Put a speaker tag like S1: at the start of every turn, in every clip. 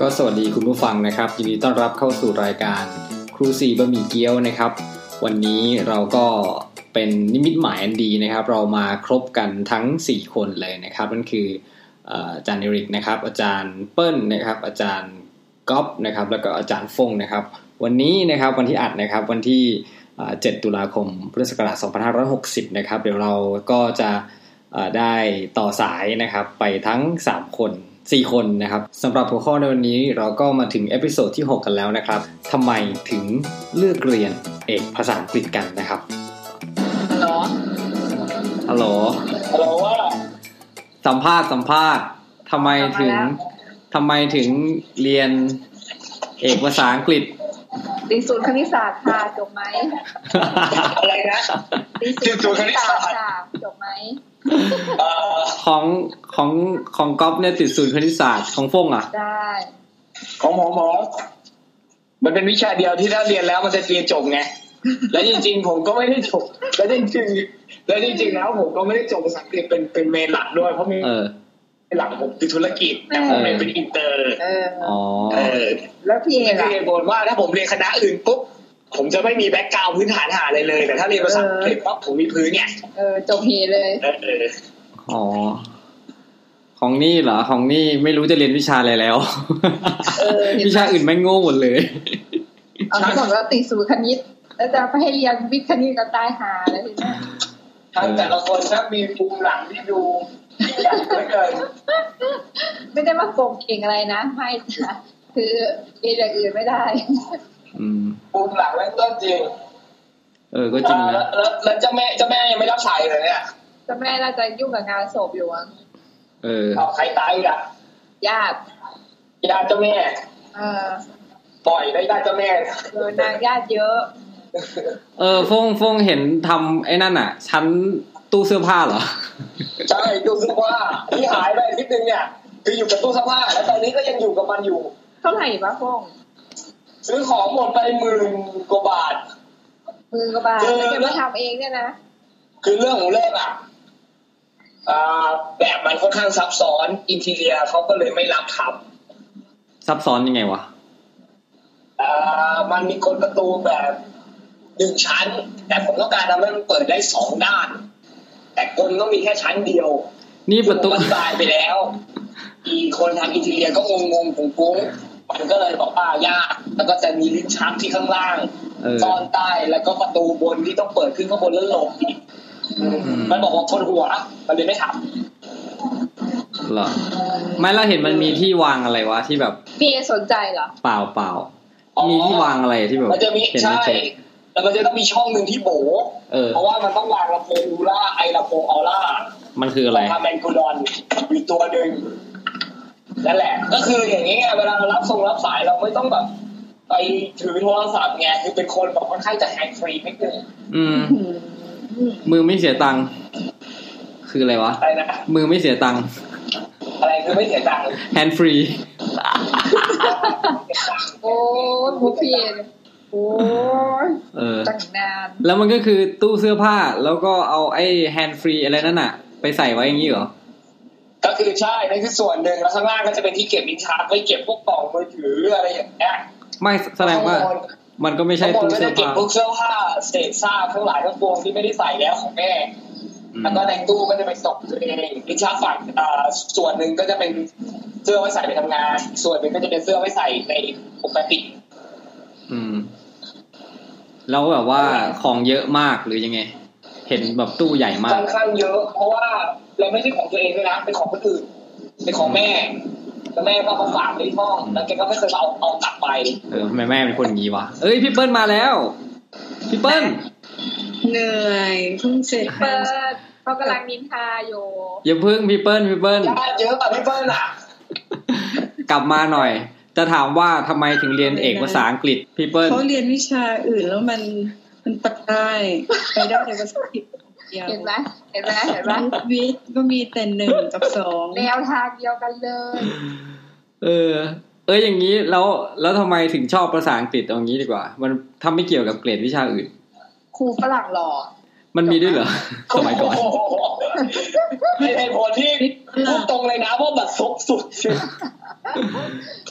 S1: ก็สวัสดีคุณผู้ฟังนะครับยินดีต้อนรับเข้าสู่รายการครูสีบะหมี่เกี๊ยวนะครับ วันนี้เราก็เป็นนิมิตหมายอันดีนะครับ เรามาครบกันทั้ง 4 คนเลยนะครับนั่นคือเอ่ออาจารย์เอริกนะครับ อาจารย์เปิ้ลนะครับ อาจารย์ก๊อฟนะครับ แล้วก็อาจารย์ฟงนะครับ วันนี้นะครับวันที่อัดนะครับวันที่เอ่อ7ตุลาคมพุทธศักราช2560นะครับเดี๋ยวเราก็จะเอ่อได้ต่อสายนะครับไปทั้ง 3 คน 4 คนนะครับสำหรับหัวข้อในวันนี้เราก็มาถึงเอพิโซดที่ 6 กันแล้วนะครับทำไมถึงเลือกเรียนเอกภาษาอังกฤษกันนะครับ
S2: ฮัลโหล
S1: ฮัลโหล
S2: ฮัลโหลว่า
S1: สัมภาษณ์สัมภาษณ์ทำไมถึง
S2: ทำไมล่ะ
S1: ทำไมถึงเรียนเอกภาษาอังกฤษ
S2: ตีสูตรคณิตศาสตร์ค่ะจบไหม
S3: อะไรนะ
S2: ตีสูตรคณิตศาสตร์ค่ะจบไหม
S3: เอ่อ
S1: ของของของก๊อฟเนี่ยติดศูนย์คณิตศาสตร์ของฟงอ่ะ
S2: ได้
S3: ของหมอหมอ มันเป็นวิชาเดียวที่ถ้าเรียนแล้วมันจะเรียนจบไง และจริง ๆ ผมก็ไม่ได้จบ และจริงๆและจริง ๆ แล้วผมก็ไม่ได้จบภาษาอังกฤษเป็นเป็นเมนหลักด้วยเพราะเมน
S1: เออ
S3: หลักผมคือธุรกิจแต่ผมเรียนเป็นอินเตอร์
S2: เออ
S1: อ๋อ
S3: เออ
S2: แล้วพี่เอ
S3: ที่
S2: ล่ะ
S3: เรียนบนว่าถ้าผมเรียนคณะอื่นปุ๊บผมจะไม่มีแบ็กกราวพื้นฐานหาอะไรเลย แต่ถ้าเรียนภาษาอังกฤษปั๊บผมมีพื้นไง
S2: เออจบเฮเลย
S3: เออเออ
S1: อ๋อ ของนี่เหรอ ของนี่ไม่รู้จะเรียนวิชาอะไร แล้ว
S2: เออเห็น
S1: วิ
S2: ไหม
S1: ชาอื่นไม่งโง่หมดเลย
S2: เอาเขาบอกว่าตีสูตรคณิต แล้วจะไปให้เรียนวิทย์คณิตก็ตายหาแล้วทีเนี้ย
S3: ทั้งแต่ละคนถ้ามีภูมิหลังที่ดูยิ่งใหญ่เหลือเกิน
S2: ไม่ได้มาโกงเก่งอะไรนะ ไม่จ้ะคือเรียนอย่างอื่นไม่ได้
S1: อืม
S3: ภูมิหลังแล้วก็จริง
S1: เออ ก็จริงนะ
S3: แล้วแล้วแล้วเจ้าแม่เจ้าแม่ยังไม่รับสายเลยเนี่ย
S2: แต่แม่น่าจะยุ่งกับงานศพอยู่มั้ง
S1: เออ
S3: เอาใครตายอีกอ่ะ
S2: ญาติ
S3: ญาติเจ้าแม่
S2: เออ
S3: ปล่อยได้ญาติเจ้าแม่
S2: เออนางญาติเยอะ
S1: เออ ฟงฟงเห็นทำไอ้นั่นอ่ะ ชั้นตู้เสื้อผ้าเหรอ
S3: ใช่ดูสิว่าที่หายไปนิดนึงเนี่ย คืออยู่กับตู้เสื้อผ้าแล้วตอนนี้ก็ยังอยู่กับมันอยู่
S2: เท่าไหร่วะพง
S3: ซื้อของหมดไปหมื่นกว่าบาท
S2: มือกระบาลแล้วจะมาทำเองเนี่ยนะ
S3: คือเรื่องของเรื่องอ่ะอ่าแบบมันค่อนข้างซับซ้อนอินทีเรียเขาก็เลยไม่รับท
S1: ซับซ้อนยังไงวะ
S3: ำอ่ามันมีกลประตูแบบหนึ่งชั้น แต่ผมต้องการทำให้มันเปิดได้สองด้าน แต่กลต้องมีแค่ชั้นเดียว
S1: นี่ประตู
S3: อธิบายไปแล้ว อีคนทำอินทีเรียก็งงงงกุ้งๆมันก็เลยบอกว่ายาก แล้วก็จะมีลิ้นชักที่ข้างล่าง
S1: เออ
S3: ซ่อนใต้แล้วก็ประตูบนที่ต้องเปิดขึ้นข้างบนแล้วหลบอีกมันบอกว่าคนหัว มันเลยไม่ท
S1: เหรอ ไม่เราเห็นมันมีที่วางอะไรวะ ที่แบบ
S2: พี่เอสนใจเหรอ
S1: เปล่าเปล่า มีที่วางอะไรที่แบบ
S3: ำมันจะมี
S1: เห็นใน
S3: ใช่
S1: เฟซ
S3: แล้วมันจะต้องมีช่องหนึ่งที่โบ
S1: เออ
S3: เพราะว่ามันต้องวางลำโพงอูล่าไอลำโพงออล่า
S1: มันคืออะไร
S3: พาแมนกูดอนอยู่ตัวหนึ่งนั่นแหละ ก็คืออย่างนี้ไงเวลาเรารับส่งรับสายเราไม่ต้องแบบ ไปถือโทรศัพท์ไงคือเป็นคนแบบค่อนข้างจะแฮนด์ฟรีนิดนึง
S1: อืม มือไม่เสียตังค์คืออะไรวะ
S3: อะไรนะ
S1: มือไม่เสียตังค์
S3: อะไรคือไม่เสียตังค์
S1: แฮนด์ฟรี
S2: โอ้ยผู้พี่เอโอ้ย
S1: เออ
S2: ตั้งนาน
S1: แล้วมันก็คือตู้เสื้อผ้าแล้วก็เอาไอ้แฮนด์ฟรีอะไรนั่นอะไปใส่ไว้อย่างนี้เหรอ
S3: ก็คือใช่นั่นคือส่วนหนึ่งแล้วข้างล่างก็จะเป็นที่เก็บลิ้นชักไว้เก็บพวกกล่องมือถืออะไรอย่างเงี้ย
S1: ไม่แสดงว่า มันก็ไม่ใช่
S3: ข้างบน
S1: ตู้
S3: ก็
S1: เสื้
S3: จะ
S1: อ
S3: เก็บ
S1: ผ้า
S3: พวกเสื้อผ้าเศษซากทั้งหลายทั้งปวงที่ไม่ได้ใส่แล้วของแม่
S1: อืม
S3: แล้วก็ในตู้ก็จะเป็นศพตัวเองลิ้นชักฝั่งอ่าส่วนหนึ่งก็จะเป็นเสื้อไว้ใส่ไปทำงาน ส่วนหนึ่งก็จะเป็นเสื้อไว้ใส่ในปกติ
S1: อืม แล้วแบบว่าของเยอะมากหรือยังไง เห็นแบบตู้ใหญ่มา
S3: ค่
S1: ก
S3: อนข้างเยอะ เพราะว่าเราไม่ใช่ของตัวเองด้วยนะ เป็นของคนอื่น เป็นของแม่ แล้วแม่ก็เอามาฝากไว้ที่ห้อง แล้วแกก็ไม่เคยมาเอาเอากลับไป
S1: เออทำไมแม่เป็นคนอย่างนี้วะเอ้ยพี่เปิ้ลมาแล้ว พี่เปิ้ล
S4: เหนื่อยเพิ่งเสร็จ
S2: เปิดเขากำลังนินทาอยู่
S1: อย่าเพิ่งพี่เปิ้ลพี่เปิ้ล
S3: ญาติเยอะอ่ะพี่เปิ้ลอ่ะ
S1: กลับมาหน่อย จะถามว่าทำไมถึงเรียนเอกภาษาอังกฤษพี่เปิ้ล
S4: เขาเรียนวิชาอื่นแล้วมันมันปัดได้ไปได้แต่ภาษาอังกฤษเดียว
S2: เห็นไหมเห็นไหมเห็นไหม
S4: วิทย์วิทย์ก็มีแต่หนึ่งกับสอง
S2: แนวทางเดียวกันเลย
S1: เออ เอยอย่างนี้แล้วแล้วทำไมถึงชอบภาษาอังกฤษตรงนี้ดีกว่า มันถ้าไม่เกี่ยวกับเกรดวิชาอื่น
S2: ครูฝรั่งหล่อ
S1: มันมีด้วยเหรอ สมัย ก่อน
S3: โโหเป็นเหตุผลที่พูดตรงเลยนะว่าแบบซบสุด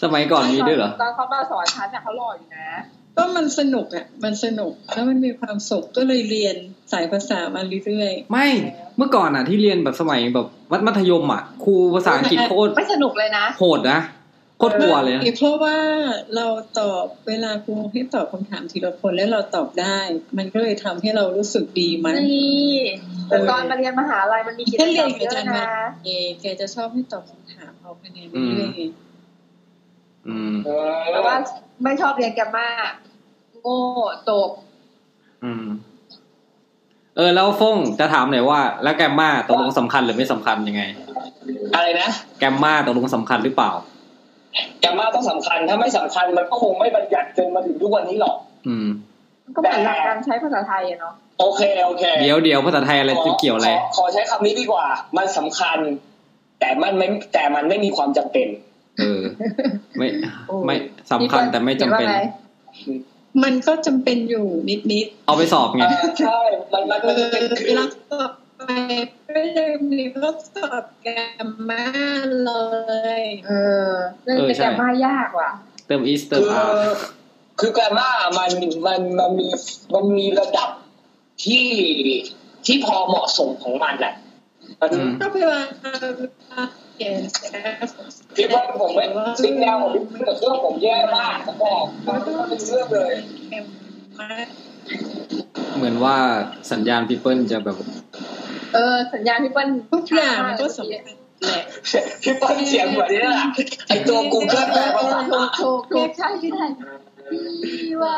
S1: สมัยก่อนมีด้วยเหรอ
S2: ตอนเขามาสอนฉันน่ะเขาหล่ออยู่นะ
S4: ก็มันสนุกอ่ะ มันสนุกแล้วมันมีความสุขก็เลยเรียนสายภาษามาเรื่อย
S1: ไม่เมื่อก่อนอ่ะ ที่เรียนแบบสมัยแบบวัดมัธยมอ่ะครูภาษาอังกฤษโคตร
S2: ไม่สนุกเลยนะ
S1: โหดนะโคตรกลัวเลยนะ
S4: เพราะว่าเราตอบเวลาครูให้ตอบคำถามทีละคนแล้วเราตอบได้ มันก็เลยทำให้เรารู้สึกดีมัน
S2: นี่แต่ตอนมาเรียนมหาลัยมันมีกิจกร
S4: ถ้าเรีย
S2: ร
S4: น
S2: ม
S4: กับ
S2: เย
S4: อา
S2: อะ
S4: จารย์มา
S2: นะ
S4: เอแกจะชอบให้ตอบคำถามเอาคะแนนไปเรื่อย
S1: อืม
S3: เออ
S2: แต่ว่าไม่ชอบเรียนแกรมมาโง่จบ
S1: อืมเออ แล้วฟงจะถามหน่อยว่า แล้วแกมมาตกลงสำคัญหรือไม่สำคัญยังไง
S3: อะไรนะ
S1: แกมมาตกลงสำคัญหรือเปล่า
S3: แกมมาต้องสำคัญ ถ้าไม่สำคัญมันก็คงไม่บัญญัติจนมาถึงทุกวันนี้หรอก
S1: อืม
S2: ก็เหมือนหลักการใช้ภาษาไทยอะเนาะ
S3: โอเคโอเค
S1: เดี๋ยวเดี๋ยวภาษาไทยอะไรจะเกี่ยวอะไร
S3: ขขขอใช้คำนี้ดีกว่า มันสำคัญ แต่มันไม่แต่มันไม่มีความจำเป็น
S1: เออ ไม่ไม่สำคัญแต่ไม่จำเป็น
S2: คิดว่าไง
S4: ๆมันก็จำเป็นอยู่นิดนิด
S1: เอาไปสอบไง
S3: เออใช่ มันมัน
S4: ๆเ
S3: มัน
S4: ออ
S3: เป็น
S4: เวลาตอบไปไม่ได้มีทดสอบแกรมมาเลย
S2: เออเรื่องเป็นแกรมมายากว่ะ
S1: เติมอีสเติ
S3: คื
S1: ม
S3: อ
S1: อาร์
S3: คือแกรมมามันมันมันมีมันมีระดับที่ที่พอเหมาะสมของมันแหละมัน
S4: ก็เวลาเขียนแอป
S3: คิดว่าผมไม่ซิงแนวของพี่กับเครื่องผมแย่มากแต่บอกมันก็ไม่เป็นเรื่องเลย
S4: แกรมมา
S1: เหมือนว่าสัญญาณพีเปิลจะแบบ
S2: เออ สัญญาณที่เปิ้ล
S4: ทุกอย่างมันก็สำคัญแหละ
S3: พี่เป้อนเสียงเหมือนนี่แหละไอตัว Google แปลภาษา
S2: ถูกถูกถูกใช่ใช่ดีว่ะ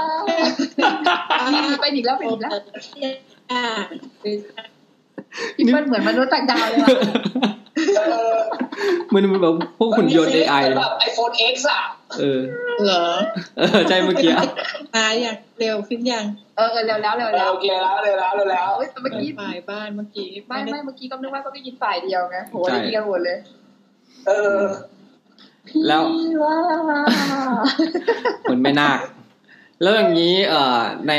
S2: นี่ไปอีกแล้วไปอีกแล้วพี่เปิ้ลเหมือนมนุษย์ต่างดาวเลยว่ะ
S3: เออ
S1: มันมันแบบพวกหุ่นยนต์ AI
S3: แบบ iPhone X อ่ะ
S1: เออ
S4: เหรอ
S1: เออ ใช่เมื่อกี้
S4: มาอยากเร็วขึ้นยัง
S2: เออเออเร็วแล้วเร็วแล้ว
S3: โอเคแล้วเลยแล้วเลยแล้ว
S2: เอ้ยแต่เมื่อกี้
S4: ฝ่ายบ้านเมื่อกี้
S2: ไม่ไม่เมื่อกี้ก็นึกว่าก็ได้ยินฝ่ายเดียวไงโห
S1: ใช่
S2: ได้ยินกันหมดเลย
S3: เออ
S1: แล้ว
S2: พี่ว่า
S1: เหมือนไม่นาคแล้วอย่างนี้เอ่อใน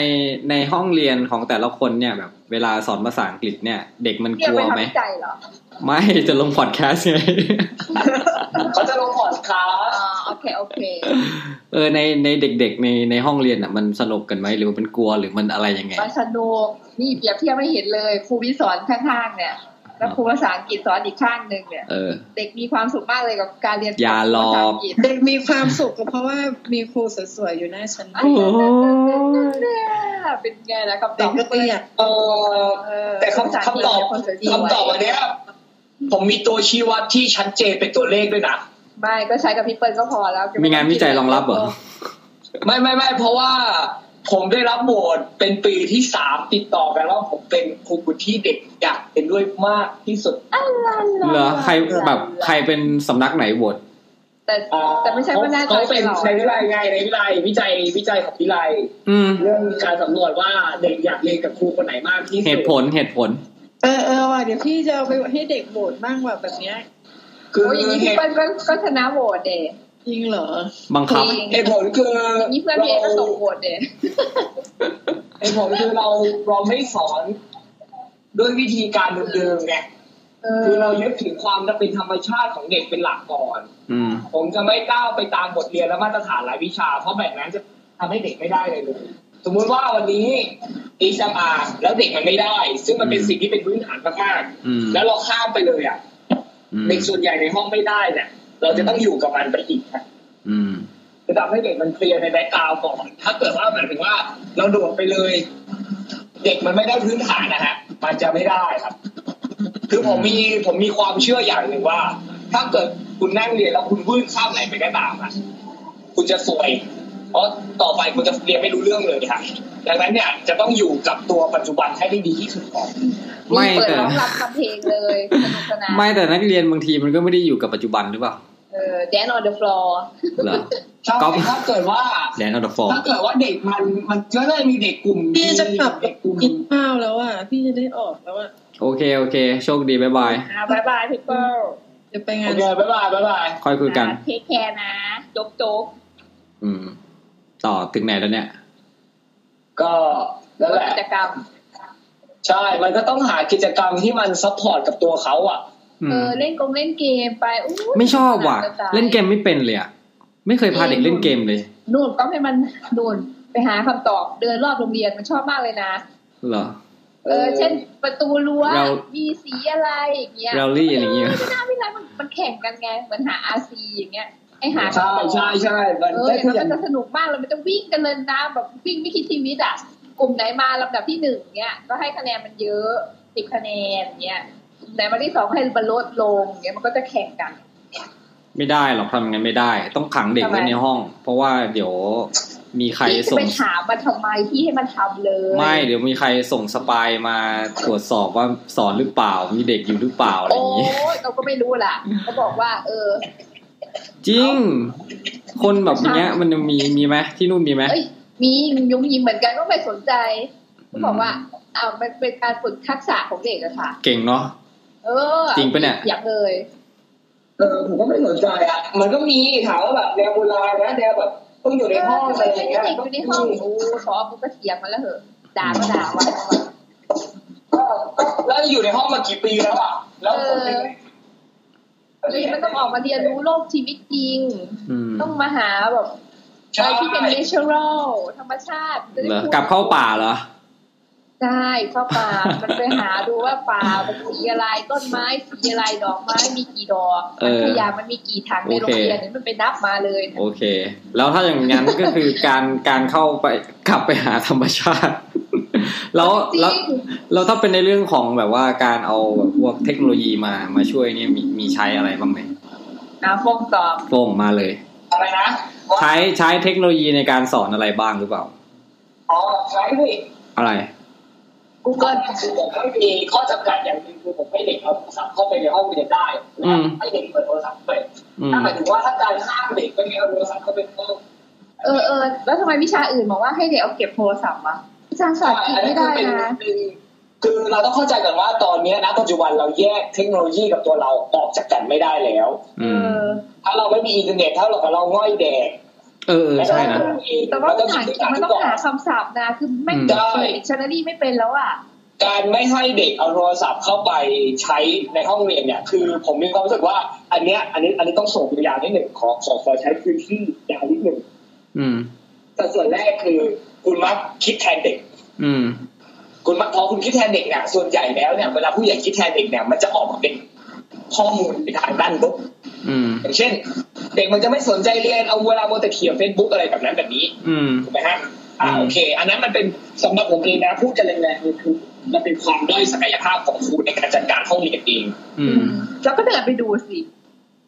S1: ในห้องเรียนของแต่ละคนเนี่ยแบบ เวลาสอนภาษาอังกฤษเนี่ย เด็กมันก
S2: เรียน
S1: ลัวไห
S2: ไป
S1: ม
S2: ทำวิจัยเหรอ
S1: ไม่จะลงพอดแคสต์ไง
S3: เขาจะลงพอดคา
S2: อ๋อ
S3: ส
S2: โอ
S3: ต์
S2: เคโอเค
S1: เออในในเด็กๆในในห้องเรียนอ่ะมันสนุกกันไหมหรือมันกลัวหรือมันอะไรยังไง
S2: มาสนุกนี่เปรียบเทียบไม่เห็นเลยครูวิสอนข้างๆเนี่ย แล้วครูภาษาอังกฤษสอนอีกข้างหนึ่งเนี่ย
S1: เออ
S2: เด็กมีความสุขมากเลยกับการเรียน
S1: อย่าหลอก
S2: ภาษาอังกฤษ
S4: เด็กมีความสุขก็เพราะว่ามีครูสวยๆอยู่หน้าชั้น
S2: อัน
S1: โอ้โห
S2: เนี่ยเป็นไงนะคำต
S4: เด็
S2: อก บ
S4: ก็อยาก
S3: เออ
S2: เออ
S3: แต่คำคำตอบ
S2: ภาษาอังกฤษ
S3: คำตอบอันเนี้ยผมมีตัวชี้วัดที่ชัดเจนเป็นตัวเลขด้วยนะ
S2: ไม่ก็ใช้กับพี่เปิ้ลก็พอแล้ว
S1: มีงานวิจัยรองรับเหรอ
S3: ไม่ไม่ไม่เพราะว่าผมได้รับโหวตเป็นปีที่สามติดต่อกันว่าผมเป็นครูที่เด็กอยากเป็นด้วยมากที่สุด
S1: เหรอใครแบบใครเป็นสำนักไหนโหวต
S2: แต่แต่ไม่ใช่ว่าน่าจะ
S3: เขาเป็น
S2: หรอก
S3: ในวิไลไงในวิไลวิจัยวิจัยของวิไล
S1: อืม
S3: เรื่องการสำรวจว่าเด็กอยากเรียนกับครูคนไหนมากที่สุด
S1: เหตุผลเหตุผล
S4: เออเออว่ะเดี๋ยวพี่จะเอาไปให้เด็กโบสบ้างว่ะแบบเนี้ย
S3: คือ
S2: โอ้ยอย่างนี้
S3: เห
S2: พี่
S3: ตุ
S2: เปิ้ลก็ก็ชนะโหวตเดย์
S4: จริงเหรอ
S1: บังคับ
S3: เหตุผลคือ
S2: นี่เพื่อนพี่เอก็ส่งโหวตเดย์
S3: เหตุผลคือเราเราไม่สอนด้วยวิธีการเดิมๆไง
S2: เอ
S3: คือ
S2: อ
S3: เรายึดถือความเป็นธรรมชาติของเด็กเป็นหลักก่อน
S1: อืม
S3: ผมจะไม่ก้าวไปตามบทเรียนและมาตรฐานหลายวิชา เพราะแบบนั้นจะทำให้เด็กไม่ได้เลยเลยสมมุติว่าวันนี้ HMR แล้วเด็กมันไม่ได้ ซึ่งมันเป็น
S1: อืม
S3: สิ่งที่เป็นพื้นฐานมาก
S1: อืม
S3: ๆแล้วเราข้ามไปเลยอ่ะ
S1: อืม
S3: เด็กส่วนใหญ่ในห้องไม่ได้เนี่ยเราจะต้องอยู่กับมันไปอีกนะ
S1: อืม
S3: จะทำให้เด็กมันเคลียร์ในแบ็กกราวก่อน ถ้าเกิดว่าหมายถึงว่า เราโดดไปเลย เด็กมันไม่ได้พื้นฐานนะฮะมันจะไม่ได้ครับ คือผมมีผมมีความเชื่ออย่างหนึ่งว่า ถ้าเกิดคุณนั่งเรียนแล้วคุณวืดข้ามไหนไปก็ตามอะคุณจะสวย เพราะต่อไปคุณจะเรียนไม่รู้เรื่องเลยครับดังนั้นเนี่ยจะต้องอยู่กับตัวปัจจุบันให้ได้ดีที่สุดก่อน
S1: ไม่
S2: เปิด
S1: แต่
S2: ร้องรับคำเพลงเลยสนุกสนาน
S1: ไม่แต่นักเรียนบางทีมันก็ไม่ได้อยู่กับปัจจุบันหรือเปล่า
S2: เออแดนออนเดอะฟลอร์
S1: เหรอ
S3: ใช่
S1: ก๊อฟ
S3: ถ้าเกิดว่า
S1: แดนออดฟอร์
S3: ถ้าเกิดว่าเด็กมันมันก็ได้มีเด็กกลุ่ม
S4: พี่จะกลับไป
S3: เด็กกลุ่ม
S4: กินข้าวแล้วอ่ะพี่จะได้ออกแล้วอ่ะ
S1: โอเค โอเค โชคดี บ๊ายบาย
S2: อ่าบายบายพี่เปิ้ล
S4: จะไปงา
S3: โอน เคบ๊ายบายบ๊ายบาย
S1: ค่อยคุยกัน
S2: เทคแคร์นะจบจบ
S1: อืม ต่อถึงไหนแล้วเนี่ย
S3: ก็นั่นแหละ
S2: กิจกรรม
S3: ใช่ มันก็ต้องหากิจกรรมที่มันซัพพอร์ตกับตัวเขาอ่ะ
S1: อืม
S2: เออเล่นกงเล่นเกมไปอู้ย
S1: ไม่ชอบว่ะ
S2: สกสา
S1: เล่นเกมไม่เป็นเลยอ่ะ ไม่เคยพาเด็กเล่นเกมเลย
S2: นู่นก็ให้มัน นู่นไปหาคำตอบเดินรอบโรงเรียนมันชอบมากเลยนะ
S1: เหรอ
S2: เออเช่นประตูรั้ว
S1: เรา
S2: มีสีอะไรอย่างเงี้ย
S1: แรลลี่อะไรอย่างเงี้ย
S2: ไม่น่าไม่น่ามันมันแข่งกันไงเหมือนหาอาซีอย่างเงี้ยให้หา
S3: ใช่ใช่ใช่มัน
S2: เออ
S3: ได้
S2: อย่าง
S3: ทุ
S2: นั้
S3: ก
S2: นมัจะ
S3: อย่าน ง
S2: สนุกมากเลยมันจะวิ่งกันเลยนะแบบวิ่งไม่คิดชีวิตอ่ะกลุ่มไหนมาลำดับที่หนึ่งเงี้ยก็ให้คะแนนมันเยอะสิบคะแนนเงี้ยกลุ่มไหนมาที่สองให้มันลดลงเงี้ยมันก็จะแข่งกัน
S1: ไม่ได้หรอกทำงั้นไม่ได้ ต้องขังเด็กไว้
S2: ทำไม
S1: ในห้อง เพราะว่าเดี๋ยวมีใคร
S2: พี่จะ
S1: ส่
S2: ไป
S1: ง
S2: ถามมันทำไมพี่ให้มันทำเลย
S1: ไม่เดี๋ยวมีใครส่งสปายมาตรวจสอบว่าสอนหรือเปล่า มีเด็กอยู่หรือเปล่าอะไร
S2: โอ้
S1: อย่างนี้
S2: ยเราก็ไม่รู้ ล่ะเขาบอกว่า เออ
S1: จริง คนแบบเนี้ย มันยังมีมีไหมที่นู่นมีไหม
S2: เอ้ยมียุ้งยิงเหมือนกันก็ไม่สนใจก็บอกว่าอ้าวมันเป็นการฝึกทักษะของเด็กอะค่ะ
S1: เก่งเนาะ
S2: เออ
S1: จริงปะเนี่ย
S2: อยากเลย
S3: เออผมก็ไม่สนใจอ่ะ มันก็มีถามว่าแบบแนวโบราณนะแนวแบบต้องอยู่ในห้องอะไรอย่างเงี้ย
S2: เด็กอยู่ในห้องโอ้สอบปุ๊บก็เถียงมาแล้วเหอะด่าก็ด่าว่า
S3: ก็ก็แล้วอยู่ในห้องมากี่ปีแล้วอ่ะ แล้วผมเป็นไง
S2: นี่มันต้องออกมาเรียนรู้โลกชีวิตจริง
S1: อืม
S2: ต้องมาหาแบบ
S3: ใช่
S2: อะไรที่เป็นเนเชอรัลธรรมชาติจะได้
S1: เหรอ
S2: พูด
S1: กลับเข้าป่าเหรอ
S2: ใช่เข้า ป่ามันไปหาดูว่าป่ามันสีอะไรต้นไม้สีอะไรดอกไม้มีกี่ดอก
S1: เออ
S2: พยามันมีกี่ถังในโร
S1: โอเค
S2: งเรียนเนี่ยมันไปนับมาเลย
S1: โอเค แล้วถ้าอย่างนั้นก็คือการการเข้าไปกลับไปหาธรรมชาติ แล้วแล้ว
S2: จริง
S1: แล้วถ้าเป็นในเรื่องของแบบว่าการเอาแบบพวกเทคโนโลยีมามาช่วยเนี่ยมีมีใช้อะไรบ้างไหม
S2: น้ำฟองตอบ
S1: โปร่งมาเลย
S3: อะไรนะว่า
S1: ใช้ใช้เทคโนโลยีในการสอนอะไรบ้างหรือเปล่า
S3: อ๋อใช่พี่
S1: อะไร
S2: กู
S3: ก็
S2: เกิล
S3: คือผมก็มีข้อจำกัดอย่างหนึ่งคือผมให้เด็กเอาโทรศัพท์เข้าไปในห้องเรียนได้
S1: อืม
S3: ให้เด็กเปิดโทรศัพท์ไป
S1: อืม
S3: ถ้าหมายถึงว่าถ้าการห้ามเด็กไม่ให้เอาโทรศัพท์เข้าไปในห้อง
S2: เออเออแล้วทำไมวิชาอื่นบอกว่าให้เด็กเอาเก็บโทรศัพท์อะวิชาสอบกินไม่ได้
S3: เป็น
S2: นะ
S3: เป็นคือเราต้องเข้าใจก่อนว่าตอนเนี้ยนะปัจจุบันเราแยกเทคโนโลยีกับตัวเราออกจากกันไม่ได้แล้ว
S2: เอ
S1: อืม
S2: อ
S3: ถ้าเราไม่มีอินเทอร์เน็ตเท่าเรากับเราง่อยแดก
S1: เออเออใช่นะ
S2: แต่ว่ามันหามันต้องหาคำศัพท์นะ คือไม่
S1: อืม
S2: เปิดดิกชันนารีไม่เป็นแล้วอ่ะ
S3: การไม่ให้เด็กเอาโทรศัพท์เข้าไปใช้ในห้องเรียนเนี่ย คือผมมีความรู้สึกว่า อันเนี้ยอันนี้อันนี้ต้องส่งตัวอย่างนิดหนึ่งขอขอขอใช้พื้นที่ยาวนิดหนึ่ง
S1: อืม
S3: แต่ส่วนแรกคือคุณมักคิดแทนเด็ก
S1: อืม
S3: คุณมักพอคุณคิดแทนเด็กเนี่ยส่วนใหญ่แล้วเนี่ยเวลาผู้ใหญ่คิดแทนเด็กเนี่ยมันจะออกมาเป็นข้อมูลในทางด้านลบ
S1: อืม
S3: อย่างเช่น เด็กมันจะไม่สนใจเรียนเอาเวลาโมวแต่เขียนเฟซบุ๊กอะไรแบบนั้นแบบนี้
S1: อืม
S3: ถูกไหมฮะอ่า
S1: อืม
S3: โอเค อันนั้นมันเป็นสำหรับผมเองนะพูดกันแรงๆเลยคือมันเป็นความด้อยศักยภาพของครูในการจัดการห้องเรียนเอง
S1: อืม
S2: แล้วก็เดินไปดูสิ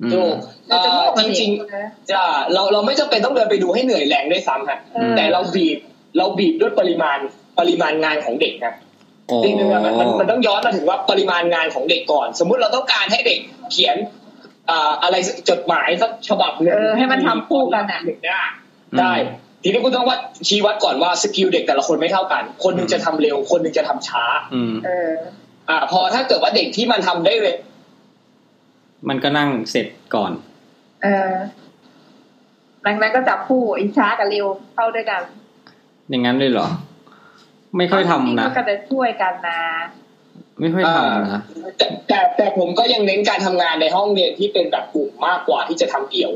S1: อื
S3: ถู
S1: ม
S3: กเอ่อจริงๆจะเราเราไม่จำเป็นต้องเดินไปดูให้เหนื่อยแรงด้วยซ้ำฮะ
S1: อืม
S3: แต่เราบีบเราบีบด้วยปริมาณปริมาณงานของเด็กนะ
S1: โอ้
S3: จริงๆอะมันมันมันต้องย้อนมาถึงว่าปริมาณงานของเด็กก่อน สมมุติเราต้องการให้เด็กเขียนอ่าอะไรสักจดหมายสักฉบับหนึ่ง
S2: เออ ให้มันทำคู่กันอ่ะ
S3: เด็กได้ได้ ทีนี้คุณต้องวัดชี้วัดก่อนว่าสกิลเด็กแต่ละคนไม่เท่ากัน คนหนึงจะทำเร็ว คนหนึงจะทำช้า
S1: อืม
S2: เออ
S3: อ่า พอถ้าเกิดว่าเด็กที่มันทำได้เร็ว
S1: มันก็นั่งเสร็จก่อน
S2: เออหลังนั้นก็จับคู่อินช้ากับเร็วเข้าด้วยกัน
S1: อย่างนั้นเลยเหรอ ไม่ค่อยทำนะ
S2: ก็จะช่วยกันนะ
S1: ไม่ค่อยทำนะ
S3: แต่แต่แต่ผมก็ยังเน้นการทำงานในห้องเรียนที่เป็นแบบกลุ่มมากกว่าที่จะทำเดี่ยว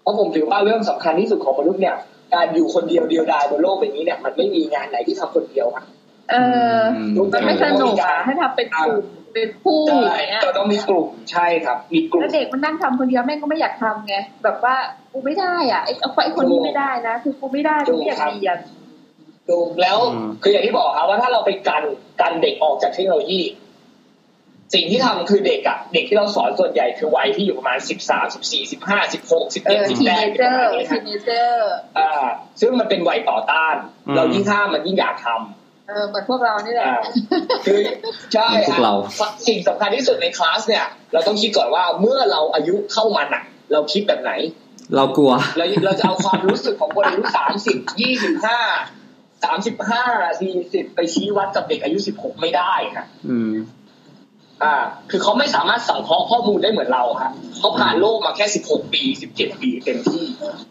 S3: เพราะผมถือว่าเรื่องสำคัญที่สุดของมนุษย์เนี่ย การอยู่คนเดียวเดียวดายบนโลกใบนี้เนี่ยมันไม่มีงานไหนที่ทำคนเดียวอะ
S2: เออ
S1: อืม
S2: มันไม่สนุกอ่ะ ให้ทำเป็นกลุ่มเป็นคู่
S3: ใช่
S2: อย่างเงี้ย
S3: เราต้องมีกลุ่มใช่ครับ มีกลุ่ม
S2: แล้วเด็กมันนั่งทำคนเดียวแม่งก็ไม่อยากทำไงแบบว่ากูไม่ได้อ่ะไอ้ไอ้คนนี้ไม่ได้นะคือกูไม่ได้กูไม่อยากเรียน
S3: ถูกแล้ว
S1: อืม
S3: คืออย่างที่บอกครับว่าถ้าเราไปกันกันเด็กออกจากเทคโนโลยี สิ่งที่ทำคือเด็กอะเด็กที่เราสอนส่วนใหญ่คือวัยที่อยู่ประมาณสิบสามสิบสี่สิบห้าสิบหกสิบ
S2: เอ
S3: เจ็ด
S2: อ
S3: สิบ
S2: ที
S3: แป
S2: เน
S3: ด
S2: เจอร์ทีเนเจอร์
S3: อ่า ซึ่งมันเป็นวัยต่อต้าน
S1: อืม
S3: เรายิ่งห้ามมันยิ่งอยากทำ
S2: เออเหมือนพวกเรานี่แหละ
S3: อ่า คือใช่
S1: เหมือนพวกเรา
S3: อ่ะสิ่งสำคัญที่สุดในคลาสเนี่ย เราต้องคิดก่อนว่าเมื่อเราอายุเข้ามาหนักเราคิดแบบไหน
S1: เรากลัว
S3: เราเราจะเอาความรู้สึกของคนอายุสามสิบยี่สิบห้าสามสิบห้าสี่สิบไปชี้วัดกับเด็กอายุสิบหกไม่ได้ค่ะ
S1: อืม
S3: อ่า คือเขาไม่สามารถสังเคราะห์ข้อมูลได้เหมือนเราค่ะเขาผ่านโลกมาแค่สิบหกปีสิบเจ็ดปีเต็มที่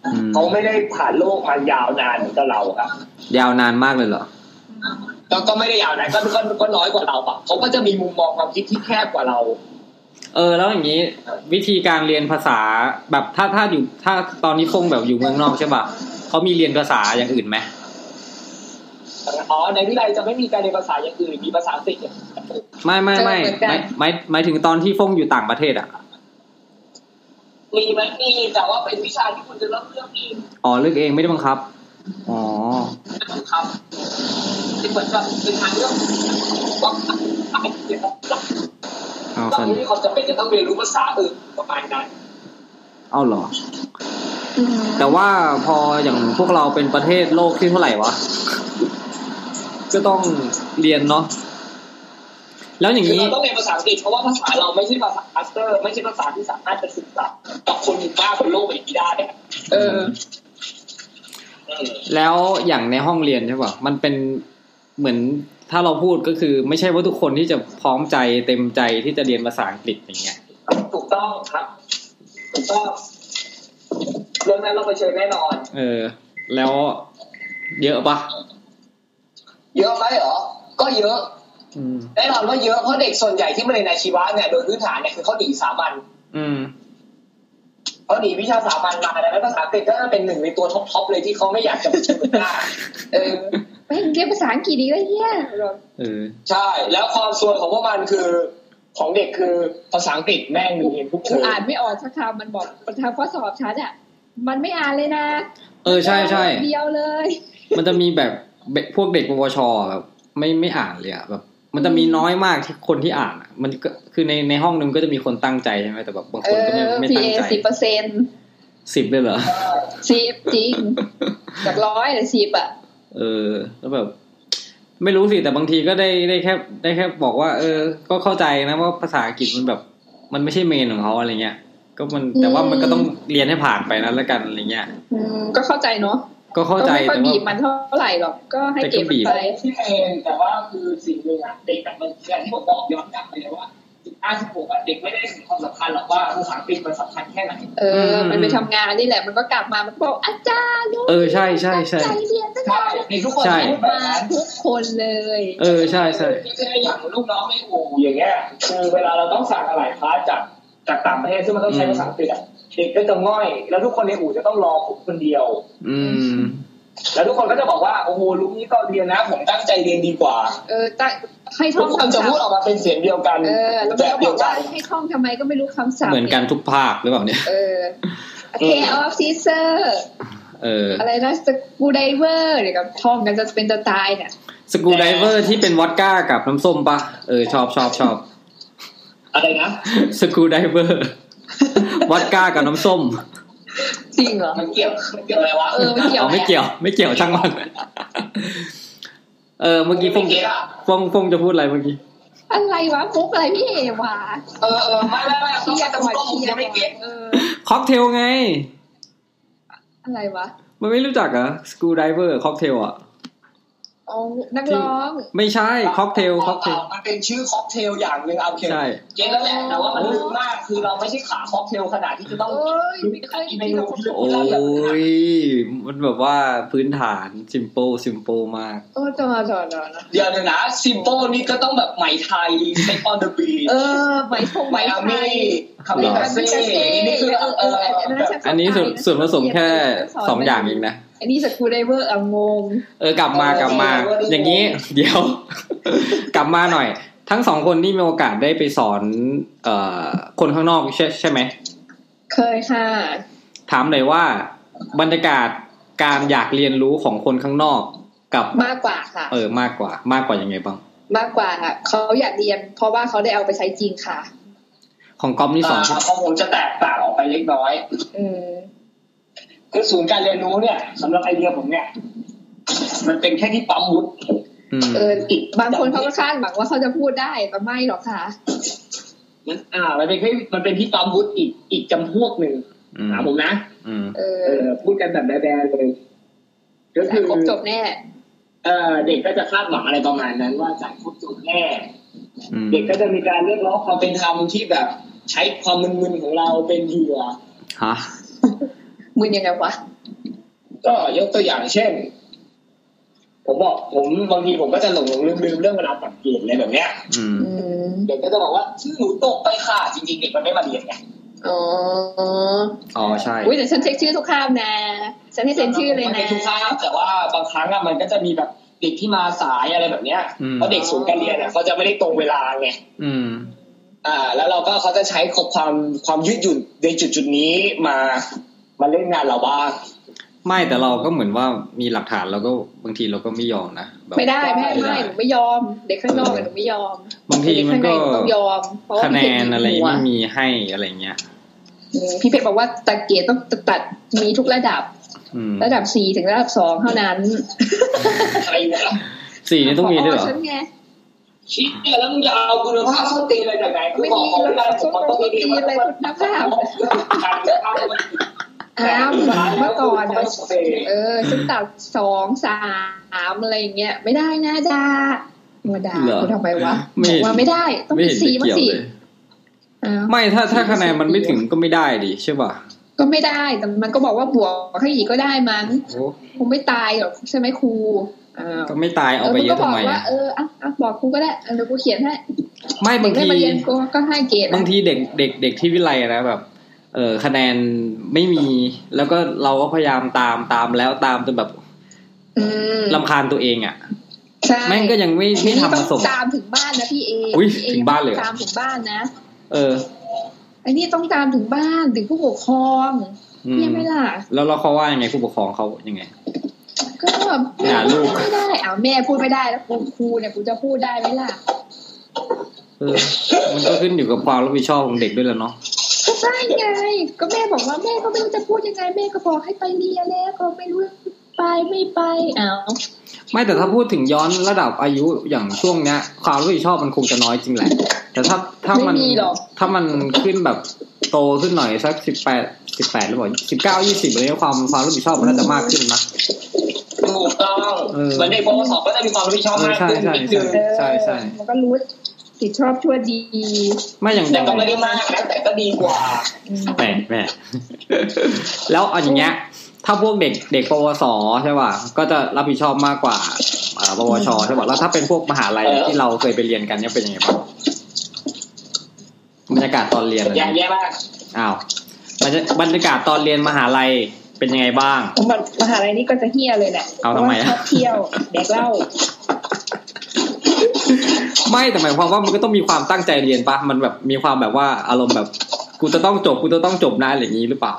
S1: อืม
S3: เขาไม่ได้ผ่านโลกมายาวนานเหมือนกับเราครับ
S1: ยาวนานมากเลยเหรอ
S3: ก็ก็ไม่ได้ยาวนานก็ก็ก็น้อยกว่าเราปะเขาก็จะมีมุมมองความคิดที่แคบกว่าเรา
S1: เออ แล้วอย่างนี้ วิธีการเรียนภาษาแบบถ้าถ้าอยู่ถ้าตอนนี้คงแบบอยู่เมืองนอกใช่ป่ะเขามีเรียนภาษาอย่างอื่นไหม
S3: อ๋อในวิไลจะไม่มีการเรียนภาษาอย่างอื่นมีภาษาอังกฤษอย่างเดียว
S1: ไม่ไม่ไม่
S2: เจอเหมือนกั
S1: ห
S2: น
S1: มายหมายหมายถึงตอนที่ฟงอยู่ต่างประเทศอ่ะ
S3: มีไหมมีแต่ว่าเป็นวิชาที่คุณจะเลือกเลือกเอง
S1: อ๋อเลือกเองไม่ได้บังคับอ๋อ
S3: นะครับเป็นเหมือนแบบเป็นทางเลือกว่า
S1: เอา
S3: ตอ
S1: ส
S3: น
S1: น
S3: นี้เขาจะเป็นจะต้องเรียนรู้ภาษาอื่นประมาณนั้น
S1: เอาเหรอ แต่ว่าพออย่างพวกเราเป็นประเทศโลกที่เท่าไหร่วะก็ต้องเรียนเนาะแล้วอย่าง
S3: คือ
S1: นี้
S3: เราต้องเรียนภาษาอังกฤษเพราะว่าภาษาเราไม่ใช่ภาษาอัสเตอร์ ไม่ใช่ภาษาที่สามารถจะสื่อสารกับคนหมู่มากบนโลกใบนี้ได้
S4: เออ
S3: อืม
S1: แล้วอย่างในห้องเรียนใช่ป่ะ มันเป็นเหมือนถ้าเราพูดก็คือ ไม่ใช่ว่าทุกคนที่จะพร้อมใจเต็มใจที่จะเรียนภาษาอังกฤษอย่างเงี้ย
S3: ถูกต้องครับ ถูกต้องเรื่องนั้นเราไปเชิญแน่นอน
S1: เออ แล้วเยอะป่ะ
S3: เยอะไหมเหรอ ก็เยอะ
S1: อืม
S3: แน่นอนว่าเยอะ เพราะเด็กส่วนใหญ่ที่มาเรียนอาชีวะเนี่ยโดยพื้นฐานเนี่ยคือเขาหนีสามัญ
S1: อืม
S3: เขาหนีวิชาสามัญมาดังนั้นภาษาอังกฤษก็เป็นหนึ่งในตัวท็อปๆเลยที่เขาไม่อยากจะเผชิญหน้าเออ
S2: ไม่เรียนภาษาอังกฤษดีแล้วเฮีย
S1: เออ
S3: ใช่ แล้วความซวยของพวกมันคือของเด็กคือภาษาอังกฤษแม่งเรียนทุกเทอม
S2: อ่านไม่ออกสักคำมันบอกมันทำข้อสอบฉันอ่ะ มันไม่อ่านเลยนะ
S1: เออใช่ใช่
S2: เดียวเลย
S1: มันจะมีแบบพวกเด็กปวชแบบไม่ไม่อ่านเลยอะแบบ มันจะมีน้อยมากที่คนที่อ่านอะมันก็คือในในห้องนึงก็จะมีคนตั้งใจใช่ไหมแต่แบบบาง
S2: เอ
S1: คน
S2: อ
S1: ก็ไม่ไม่
S2: พี
S1: ตั้ง
S2: เอ
S1: ใจ
S2: สิบเปอร์เซ็นต์
S1: สิบเลยเหรอ
S2: สิบจริงจากร้อยหรือสิบอ่ะ
S1: เออ แล้วแบบ ไม่รู้สิแต่บางทีก็ได้ได้แค่ได้แค่บอกว่า เออ ก็เข้าใจนะว่าภาษาอังกฤษมันแบบ มันไม่ใช่เมนของเขาอะไรเงี้ย ก็มันแต่ว่ามันก็ต้องเรียนให้ผ่านไปนะละกันอะไรเงี้ย
S2: อืมก็เข้าใจเนาะ
S1: ก็เข้าใจ
S2: ก็ไม่ค่อย
S1: แต่
S2: บี
S1: ว่า
S2: บมันเท่าไหร่หรอก ก็ให้เก็
S1: แต่
S2: บ
S1: ก็บีบ
S2: ไป
S3: ที่เองแต่ว่าคือสิ่งหนึ่งอะเด็กแบบมันอย่างที่ผมบอกย้อนกลับไปเลยว่าสิบห้าสิบหกอะเด็กไม่ได้เห็นความสำคัญหรอกว่าภาษาอังกฤษมันสำคัญแค่ไหน
S2: เออ มันไปทำงานนี่แหละ มันก็กลับมา มันบอกอาจารย์หนู
S1: เออใช่ใช่ใช่
S2: ตั้งใจเรียนตั้งใจ
S3: ใช่เด็กทุกคน
S1: ใช่
S3: พูดแบบ
S2: มา
S3: นั้น
S2: ทุกคนเลย
S1: เออใช่ใช่
S3: ที่จะอย่างลูกน้องไม่อู่อย่างเงี้ยคือเวลาเราต้องสั่งอะไรพาร์ทจากจากต่างประเทศซึ่งมันต้องใช้ภาษาอังกฤษอะเด็กก็จะง่อย แล้วทุกคนในอู่จะต้องรอผมคนเดียว
S1: อืม
S3: แล้วทุกคนก็จะบอกว่าโอ้โหลุงนี้ก็เรียนนะผมตั้งใจเรียนดีกว่า
S2: เออตั้งให้ท่
S3: ทุ
S2: อก ง
S3: คน
S2: คำ
S3: จะ
S2: ศัพ
S3: พูด
S2: ท์
S3: ออกมาเป็นเสียงเดียวกัน
S2: เออ แล้ว
S3: แบ
S2: มัน
S3: บ
S2: ก็บ
S3: เดี
S2: อย ก
S3: วกั
S2: ว่าน ให้ท่องทำไมก็ไม่รู้คำศัพท์
S1: เหมือนกันทุกภาคหรือเปล่าเนี่ย
S2: เออ care of Caesar
S1: เออ
S2: อะไรนะ screwdriver เดี๋ยวกับท่องกันจะเป็นจะตายเนี่ย
S1: สกรูไดเวอร์ที่เป็นวอดก้ากับน้ำส้มปะเออชอบชอบชอบ
S3: อะไรนะ
S1: สกรูไดเวอร์ วอดก้ากับน้ำส้ม
S2: จริงเหรอ
S3: มันเกี่ยวมันเกี่ยวอะไรวะ
S2: เออไม่เกี่ยว
S1: อ๋อไม่เกี่ยว ไม่เกี่ยวช่างมันเออเมื่อกี้ฟง
S3: เกี่ยวอะ
S1: ฟงฟงจะพูดอะไรเมื่อกี้
S2: อะไรวะฟุกอะไรพี่เอวะ
S3: เออเออไม่ไม่ไม่ต้อง
S2: เที่ย
S3: การ
S2: จั
S3: จะ
S2: งหวัด
S3: ต้ม
S2: เที่ย
S3: จะไม่เก็บ
S2: เออ
S1: ค็อกเทลไง
S2: อะไรวะ
S1: มันไม่รู้จักเหรอสกูไดเวอร์ค็อกเทลอ่ะ
S2: อ๋อ นักร้อง
S1: ไม่ใช่ค็อกเทลค็อกเทล
S3: มันเป็นชื่อค็อกเทลอย่างหนึ่งเอาเข็ม
S1: ใช่
S3: เก็ตแล้วแหละแต่ว่ามันลึกมากคือเราไม่ใช่ขาค็อกเทลขนาดที่จะต้อง
S2: โอ้ยไม่เคย
S3: กินเม
S2: กิน
S3: นู
S2: กับคน
S3: ที่ลึก
S1: โอ้
S3: ลับแบบนั้น
S1: ย มันแบบว่าพื้นฐาน s ิม p ป e ซิม p ป e มาก
S2: โอ้ยจอจอจอนะ
S3: เดี๋ยวเดี๋ยวนะซิมโปนี่ก็ต้องแบบไหมไทยเซ็กออนเดอะบี
S2: เออไหมพงไห
S3: ไม
S2: ม
S3: อา
S2: ไท
S3: มี่
S2: ย
S3: คามิกาเซ่นี่คือเออแบบ
S1: อันนี้ส่วนส่วนผสมแค่สองอย่างเองนะ
S2: อันนี้สกูไดเวอร์อ่ะงง
S1: เออกลับมากลับมา
S3: เออ
S1: อย่างนี้ เดี๋ยว กลับมาหน่อย ทั้งสองคนนี่มีโอกาสได้ไปสอน เอ่อ คนข้างนอกใช่ใช่ไหม
S2: เคยค่ะ
S1: ถามหน่อยว่า บรรยากาศการอยากเรียนรู้ของคนข้างนอกกับ
S2: มากกว่าค่ะ
S1: เออมากกว่ามากกว่ายังไงบ้าง
S2: มากกว่าค่ะเขาอยากเรียน เพราะว่าเขาได้เอาไปใช้จริงค่ะ
S1: ของก๊อฟนี่สอน
S3: อ่าเขาคงจะแตกต่างออกไปเล็กน้อย
S2: อืม
S3: คือศูนย์การเรียนรู้เนี่ยสำหรับไอเดียผมเนี่ย มันเป็นแค่ที่ปั๊มวุฒิ
S1: อืม
S2: เอออีกบางคนเขาก็คาดหวังว่าเขาจะพูดได้แต่ไม่หรอกค่ะ
S3: มันอ่า มันเป็นแค่มันเป็นที่ปั๊มวุฒิอีกอีกจำพวกหนึ่ง
S1: อืม
S3: ถามผมนะ
S1: อืม
S2: เอ
S3: เอ
S2: อ
S3: อพูดกันแบบแบนๆเลยก็คือ
S2: ครบจบแน่
S3: เออเด็กก็จะคาดหวังอะไรประมาณนั้น ว่าจ่ายครบจบแน่
S1: อืม
S3: เด็กก็จะมีการเรียกร้องความเป็นธรรมที่แบบใช้ความมึนๆของเราเป็นเหยื่อ
S1: ฮะ
S2: มึนยังไงวะ
S3: ก็ยกตัวอย่างเช่น ผ ผมบอกผมบางทีผมก็จะหลงหลงลืมลืมเรื่องเวลาตัดเกรดอะไรแบบเนี้ย
S1: อืม
S4: อืม
S3: เด็กก็จะบอกว่าชื่อหนูตกไปค่ะจริงๆเด็กมันไม่มาเรียนไง
S2: อ๋อ
S1: อ๋อใช่
S2: อุ้ยแต่ฉันเช็คชื่อทุกคราวนะ ฉันให้เซ็นชื่อเลย
S3: มั
S2: นะ
S3: ป็ทุกครั้งแต่ว่าบางครั้งอะมันก็จะมีแบบเด็กที่มาสายอะไรแบบเนี้ย
S1: อืม
S3: เพราะเด็กศูนย์การเรียนอะเขาจะไม่ได้ตรงเวลาไง
S1: อืม
S3: อ่าแล้วเราก็เขาจะใช้ความความยืดหยุ่นในจุดจุดๆนี้มามาเล่นงานเราบ้าง
S1: ไม่แต่เราก็เหมือนว่ามีหลักฐานเราก็บางทีเราก็ไม่ยอมนะแบบ
S2: ไม่ได้ไม่ไม่หนูไม่ยอม เด็กข้างนอกอะหนูไม่ยอม
S1: บางทีมันก็
S2: เด็ข้างใหนูต้องยอมเพราะว่า
S1: คะแน
S2: พี่เพช
S1: น
S2: ร
S1: อะไร
S2: หัว
S1: ไม่มีให้อะไรเงี้ย
S2: อืมพี่เพชรบอกว่าตะเกียบต้องตัดมีทุกระดับ
S1: อืม
S2: ระดับสี่ถึงระดับสองเท่านั้น
S3: อะไรอยู่ล่ะ
S1: สี่นี่ต้องมีด้วยเหรอ
S2: ฉันไง
S3: คิดเนี่ยแล้วมึงจะเอาคุณภาพส้นตีนอะไรจากไหน
S2: ไม่มี
S3: กูบ
S2: เรา
S3: อก
S2: ต้อง
S3: เขา
S2: ต้อง
S3: ไม่
S2: มีอะ
S3: ได้มัน
S2: ไร
S3: ต้อง
S2: คุณภาพอ้าวเมื่อก่อนอะเออฉันตัดสองสามอะไรอย่างเงี้ยไม่ได้นะดามาด่า
S1: เหรอ
S2: คุณทำไมวะ
S1: ไม่
S2: บอกว่าไม่ได้ ต้อง
S1: ไม่
S2: มี
S1: เห็น
S2: สี
S1: จะ
S2: มา
S1: เกี่ยวเล
S2: สิ
S1: ย
S2: อ้าว
S1: ไม่ถ้าถ้าคะแนนมันไม่ถึงก็ไม่ได้ดิใช่ป่ะ
S2: ก็ไม่ได้แต่มันก็บอกว่าบวกให้อีกก็ได้มัน
S1: โอ้
S2: คงไม่ตายหรอกใช่ไหมครูอ้าว
S1: ก็ไม่ตายเอาไป
S2: มัน
S1: เย
S2: ก็
S1: อะ
S2: บ
S1: ทำ
S2: อก
S1: ไม
S2: ว่า
S1: อะ
S2: เอออ่ะอ่ะบอกครูก็ได้เออเดี๋ยวกูเขียนให้
S1: ไม่บาง
S2: ได้
S1: ที
S2: มาเรียนกูก็ให้เกรด
S1: บางทีเด็กเด็กเด็กที่วิไลนะแบบ เออคะแนนไม่มี แล้วก็เราก็พยายามตามตามแล้วตามจนแบบ
S2: อืม
S1: ลำคาญตัวเองอ่ะ
S2: ใช่
S1: แม่งก็ยังไม่ไม่ทำมาส่ง
S2: ตามถึงบ้านนะพี่เอ
S1: อุ๊ย
S2: พี่
S1: ถึงบ้านเลยเหรอ
S2: ตามถึงบ้านนะ
S1: เออ
S2: ไอ้นี่ต้องตามถึงบ้านถึงผู้ปกครอง
S1: อืม
S2: เนี่ยไหม่ล่ะ
S1: แล้วเราเขาว่ายังไงผู้ปกครองเขายังไง
S2: ก็แบบ
S1: ด่าลูก
S2: ไม่ได้อ้าวแม่พูดไม่ได้แล้วครูครูเนี่ยครูจะพูดได้ไหมล่ะ
S1: เออ มันก็ขึ้นอยู่กับความรับผิดชอบของเด็กด้วยแหล้วเนาะ
S2: ก็ใช่ไง ก็แม่บอกว่าแม่ก็ไม่รู้จะพูดยังไงแม่ก็บอกให้ไปเรียนแล้วก็ไม่รู้ไปไม่ไปอ้าว
S1: ไม่แต่ถ้าพูดถึงย้อนระดับอายุอย่างช่วงเนี้ยความรับผิดชอบมันคงจะน้อยจริงแหละ แต่ถ้าถ้า
S2: ไม่
S1: มัน
S2: มีหรอก
S1: ถ้ามันขึ้นแบบโตขึ้นหน่อยสักสิบแปดสิบแปดหรือเปล่าสิบเก้ายี่สิบอะไรเงี้ยความความรับผิดชอบมันน่าจะมากขึ้นนะ
S3: ถูกต้อง
S1: เออ
S3: เหมือนเด็กปวสก็จะมีความรับผิดชอบ
S1: เออ
S3: มาก
S1: ใช่
S3: ขึ้น
S1: ใช่
S3: นิด
S1: ใช่
S3: นึง
S1: ใช่ใช่
S2: เออมันก็รู้ผิดชอบชั่วดี
S1: ไม่อย่าง
S3: แต่ก็ไม่ได้มากนะแต่ก็ดีกว่า
S2: อืม
S1: แหมแหม แล้วเอาอย่างเงี้ย ถ้าพวกเด็กเด็กปวสใช่ป่ะก็จะรับผิดชอบมากกว่าอ่าปวชใช่ป่ะแล้วถ้าเป็นพวกมหาลัย
S3: เออ
S1: ที่เราเคยไปเรียนกันเนี่ยเป็นยังไงบ้างบรรยากาศตอนเรียนอะไร
S3: อย่าง
S1: เงี้ย
S3: แย่มาก
S1: อ้าวบรรยาบรรยากาศตอนเรียนมหาลัยเป็นยังไงบ้าง
S2: มันมหาลัยนี่ก็จะเฮี้ยเลยแหละ
S1: เอาทำไม
S2: พ
S1: อะ
S2: ระว่ชอบเที่ยวแดกเหล้า
S1: ไม่แต่หมายความว่ามันก็ต้องมีความตั้งใจเรียนปะมันแบบมีความแบบว่าอารมณ์แบบกูจะต้องจบกูจะต้องจบนะอะไรอย่างนี้หรือเปล่า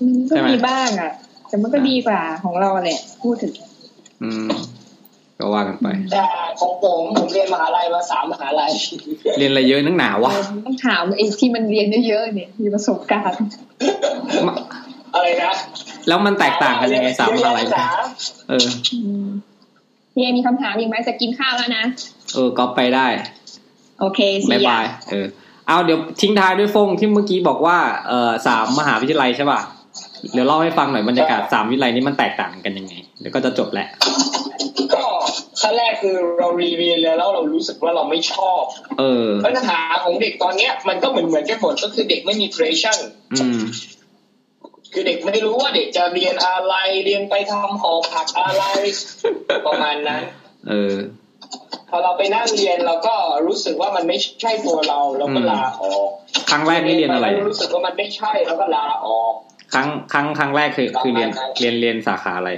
S2: มัน
S1: ใช่
S2: ก็
S1: ไหม
S2: มีบ้างอ่ะ แต่มันก็ดีกว่าของเราแหละพูดถึง
S1: อืมก็ว่ากันไป
S3: แต่ของผมผมเรียนมหาลัยมาสามมหาลัย
S1: เรียนอะไรเยอะนักหนาวะ
S2: ต้องถามไอ้ที่มันเรียนเยอะๆเนี่ยมีประสบการณ์
S1: มา
S3: อะไรนะ
S1: แล้วมันแตกต่างกันยังไงสามมหาลัยเออ
S2: พี่เอมีคำถามอีกไหมจะกินข้าวแล้วนะ
S1: เออก็ไปได้
S2: โอเค
S1: บาย
S2: เสี
S1: บายเออ เอาเดี๋ยวทิ้งท้ายด้วยฟงที่เมื่อกี้บอกว่าเออสามมหาวิทยาลัยใช่ป่ะ เดี๋ยวเล่าให้ฟังหน่อยบรรยากาศสามวิทยาลัยนี้มันแตกต่างกันยังไง เดี๋ยวก็จะจบแหละ
S3: ก็ขั้นแรกคือเรารีเรียนแล้วแล้วเรารู้สึกว่าเราไม่ชอบ
S1: เออ
S3: ปัญหาของเด็กตอนเนี้ยมันก็เหมือนเหมือนกันหมดก็คือเด็กไม่มี passion
S1: อืม
S3: คือเด็กไม่รู้ว่าเด็กจะเรียนอะไรเรียนไปทำหอผักอะไร ประมาณนั้น
S1: เออ
S3: พอเราไปนั่งเรียนเราก็รู้สึกว่ามันไม่ใช่ตัวเราเราก็ลาออก
S1: ครั้งแรกนี่เรียนอะไร
S3: รู้สึกว่ามันไม่ใช่เราก็ลาออก
S1: ครั้งครั้งครั้งแรกคือคือเรียน
S3: ประมาณนั้น
S1: เรียนเรียนสาขาอะไร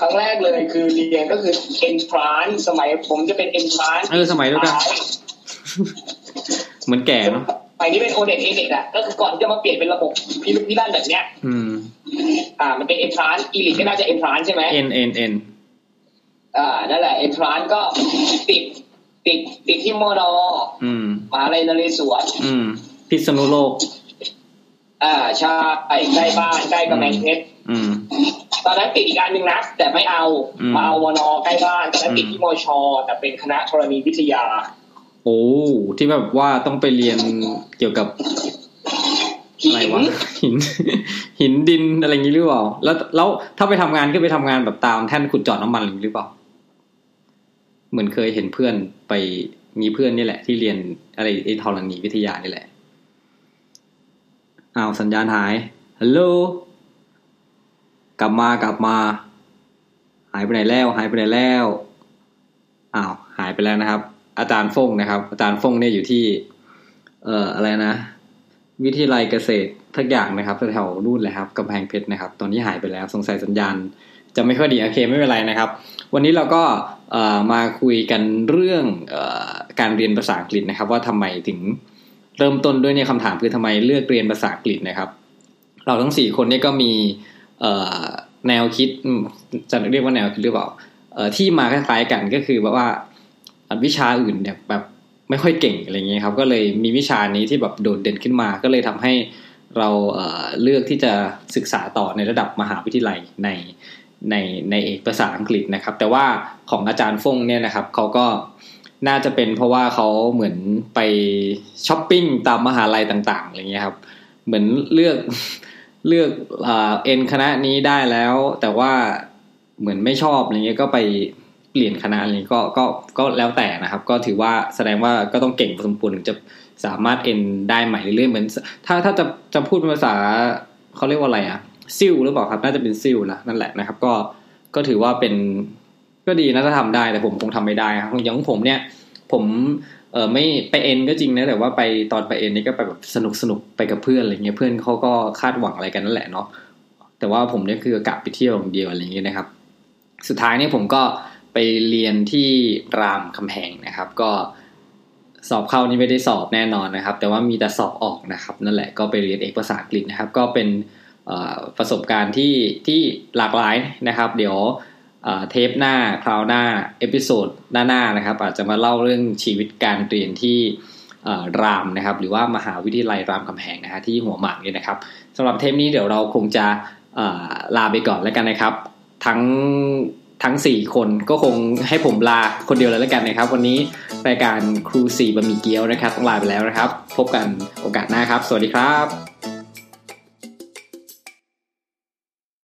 S3: ครั้งแรกเลยคือเรียนก็คือ entrance สมัยผมจะเป็น entrance
S1: เออสมัยด้วยกันเหมือนแก่เนาะ
S3: สมัยนี้เป็น o n e t a อะ ก็คือก่อนที่จะมาเปลี่ยนเป็นระบบพิลึกพิลั่นแบบเนี้ย
S1: อืม
S3: อ่า มันเป็น entrance elite ก็น่าจะ entrance ใช่ไหม
S1: n n n
S3: อ่า นั่นแหละ entrance ก็ติดติดติดที่มอนอ
S1: อืม
S3: มหาอะไรนเรศวร
S1: อืม พิษณุโลก
S3: อ่าใช่ใกล้บ้านใกล้กำแพงเพชร
S1: อืม
S3: ตอนนั้นติดอีกอันหนึ่งนะ แต่ไม่เอา
S1: อืม
S3: มาเอามอนอใกล้บ้านตอนนั้นติดที่มอชอแต่เป็นคณะธรณีวิทยา
S1: โอ้ที่แบบว่าต้องไปเรียนเกี่ยวกับ
S3: หิ
S1: อะไร
S3: น
S1: วะหิน หินดินอะไรอย่างนี้หรือเปล่า แล้วแล้วถ้าไปทำงานก็ไปทำงานแบบตามแท่นขุดเจาะน้ำมันอะไรอย่างนี้หรือเปล่า เหมือนเคยเห็นเพื่อนไปมีเพื่อนนี่แหละ ที่เรียนอะไรไอ้ธรณีวิทยานี่แหละอ้าวสัญญาณหายฮัลโหลกลับมากลับมา หายไปไหนแล้วหายไปไหนแล้วอ้าวหายไปแล้วนะครับ อาจารย์ฟงนะครับ อาจารย์ฟงเนี่ยอยู่ที่ เอ่ออะไรนะ วิทยาลัยเกษตรทักอย่างนะครับแถวๆนู่นเลยครับกำแพงเพชรนะครับ ตอนนี้หายไปแล้วสงสัยสัญญาณ จะไม่ค่อยดีโอเคไม่เป็นไรนะครับ วันนี้เราก็เอ่อมาคุยกันเรื่องเออการเรียนภาษาอังกฤษนะครับ ว่าทำไมถึงเริ่มต้นด้วยเนี่ยคำถามคือทำไมเลือกเรียนภาษาอังกฤษนะครับ เราทั้งสี่คนเนี่ยก็มีเอ่อแนวคิดอืมจะเรียกว่าแนวคิดหรือเปล่าเอ่อที่มาคล้ายๆกันก็คือแบบว่าวิชาอื่นเนี่ยแบบไม่ค่อยเก่งอะไรเงี้ยครับก็เลยมีวิชานี้ที่แบบโดดเด่นขึ้นมา ก็เลยทำให้เราเอ่อเลือกที่จะศึกษาต่อในระดับมหาวิทยาลัยใน ในในเอกภาษาอังกฤษนะครับ แต่ว่าของอาจารย์ฟงเนี่ยนะครับเขาก็น่าจะเป็นเพราะว่าเขาเหมือนไปช้อปปิ้งตามมหาลัยต่างๆอะไรเงี้ยครับ เหมือนเลือก เลือกเอ่อเอ็นคณะนี้ได้แล้ว แต่ว่าเหมือนไม่ชอบอะไรเงี้ยก็ไปเปลี่ยนคณะอะไรเงี้ยก็ก็ก็แล้วแต่นะครับ ก็ถือว่าแสดงว่าก็ต้องเก่งพอสมควรถึงจะสามารถเอ็นได้ใหม่เรื่อยๆเหมือน ถ้าถ้าจะจะพูดเป็นภาษาเขาเรียกว่าอะไรอะซิลหรือเปล่าครับ น่าจะเป็นซิลนะนั่นแหละนะครับ ก็ก็ถือว่าเป็นก็ดีนะถ้าทำได้แต่ผมคงทำไม่ได้ครับอย่างของผมเนี่ย ผมเออไม่ไปเอ็นก็จริงนะแต่ว่าไปตอนไปเอ็นนี่ก็ไปแบบสนุกสนุกไปกับเพื่อนอะไรเงี้ยเพื่อนเขาก็คาดหวังอะไรกันนั่นแหละเนาะแต่ว่าผมเนี่ยคือกลับไปเที่ยวอย่างเดียวอะไรเงี้ยนะครับ สุดท้ายเนี่ยผมก็ไปเรียนที่รามคำแหงนะครับ ก็สอบเข้านี่ไม่ได้สอบแน่นอนนะครับ แต่ว่ามีแต่สอบออกนะครับ นั่นแหละก็ไปเรียนเอกภาษาอังกฤษนะครับ ก็เป็นเอ่อประสบการณ์ที่ที่หลากหลายนะครับ เดี๋ยว เอ่อเทปหน้าคราวหน้า เอพิโซดหน้าๆนะครับ อาจจะมาเล่าเรื่องชีวิตการเรียนที่เอ่อรามนะครับ หรือว่ามหาวิทยาลัยรามคำแหงนะฮะที่หัวหมากเนี่ยนะครับสำหรับเทปนี้เดี๋ยวเราคงจะเอ่อลาไปก่อนแล้วกันนะครับ ทั้งทั้ง 4 คนก็คงให้ผมลาคนเดียวเลยแล้วกันนะครับ วันนี้รายการครูสี่บะหมี่เกี๊ยวนะครับต้องลาไปแล้วนะครับ พบกันโอกาสหน้าครับ สวัสดีครับ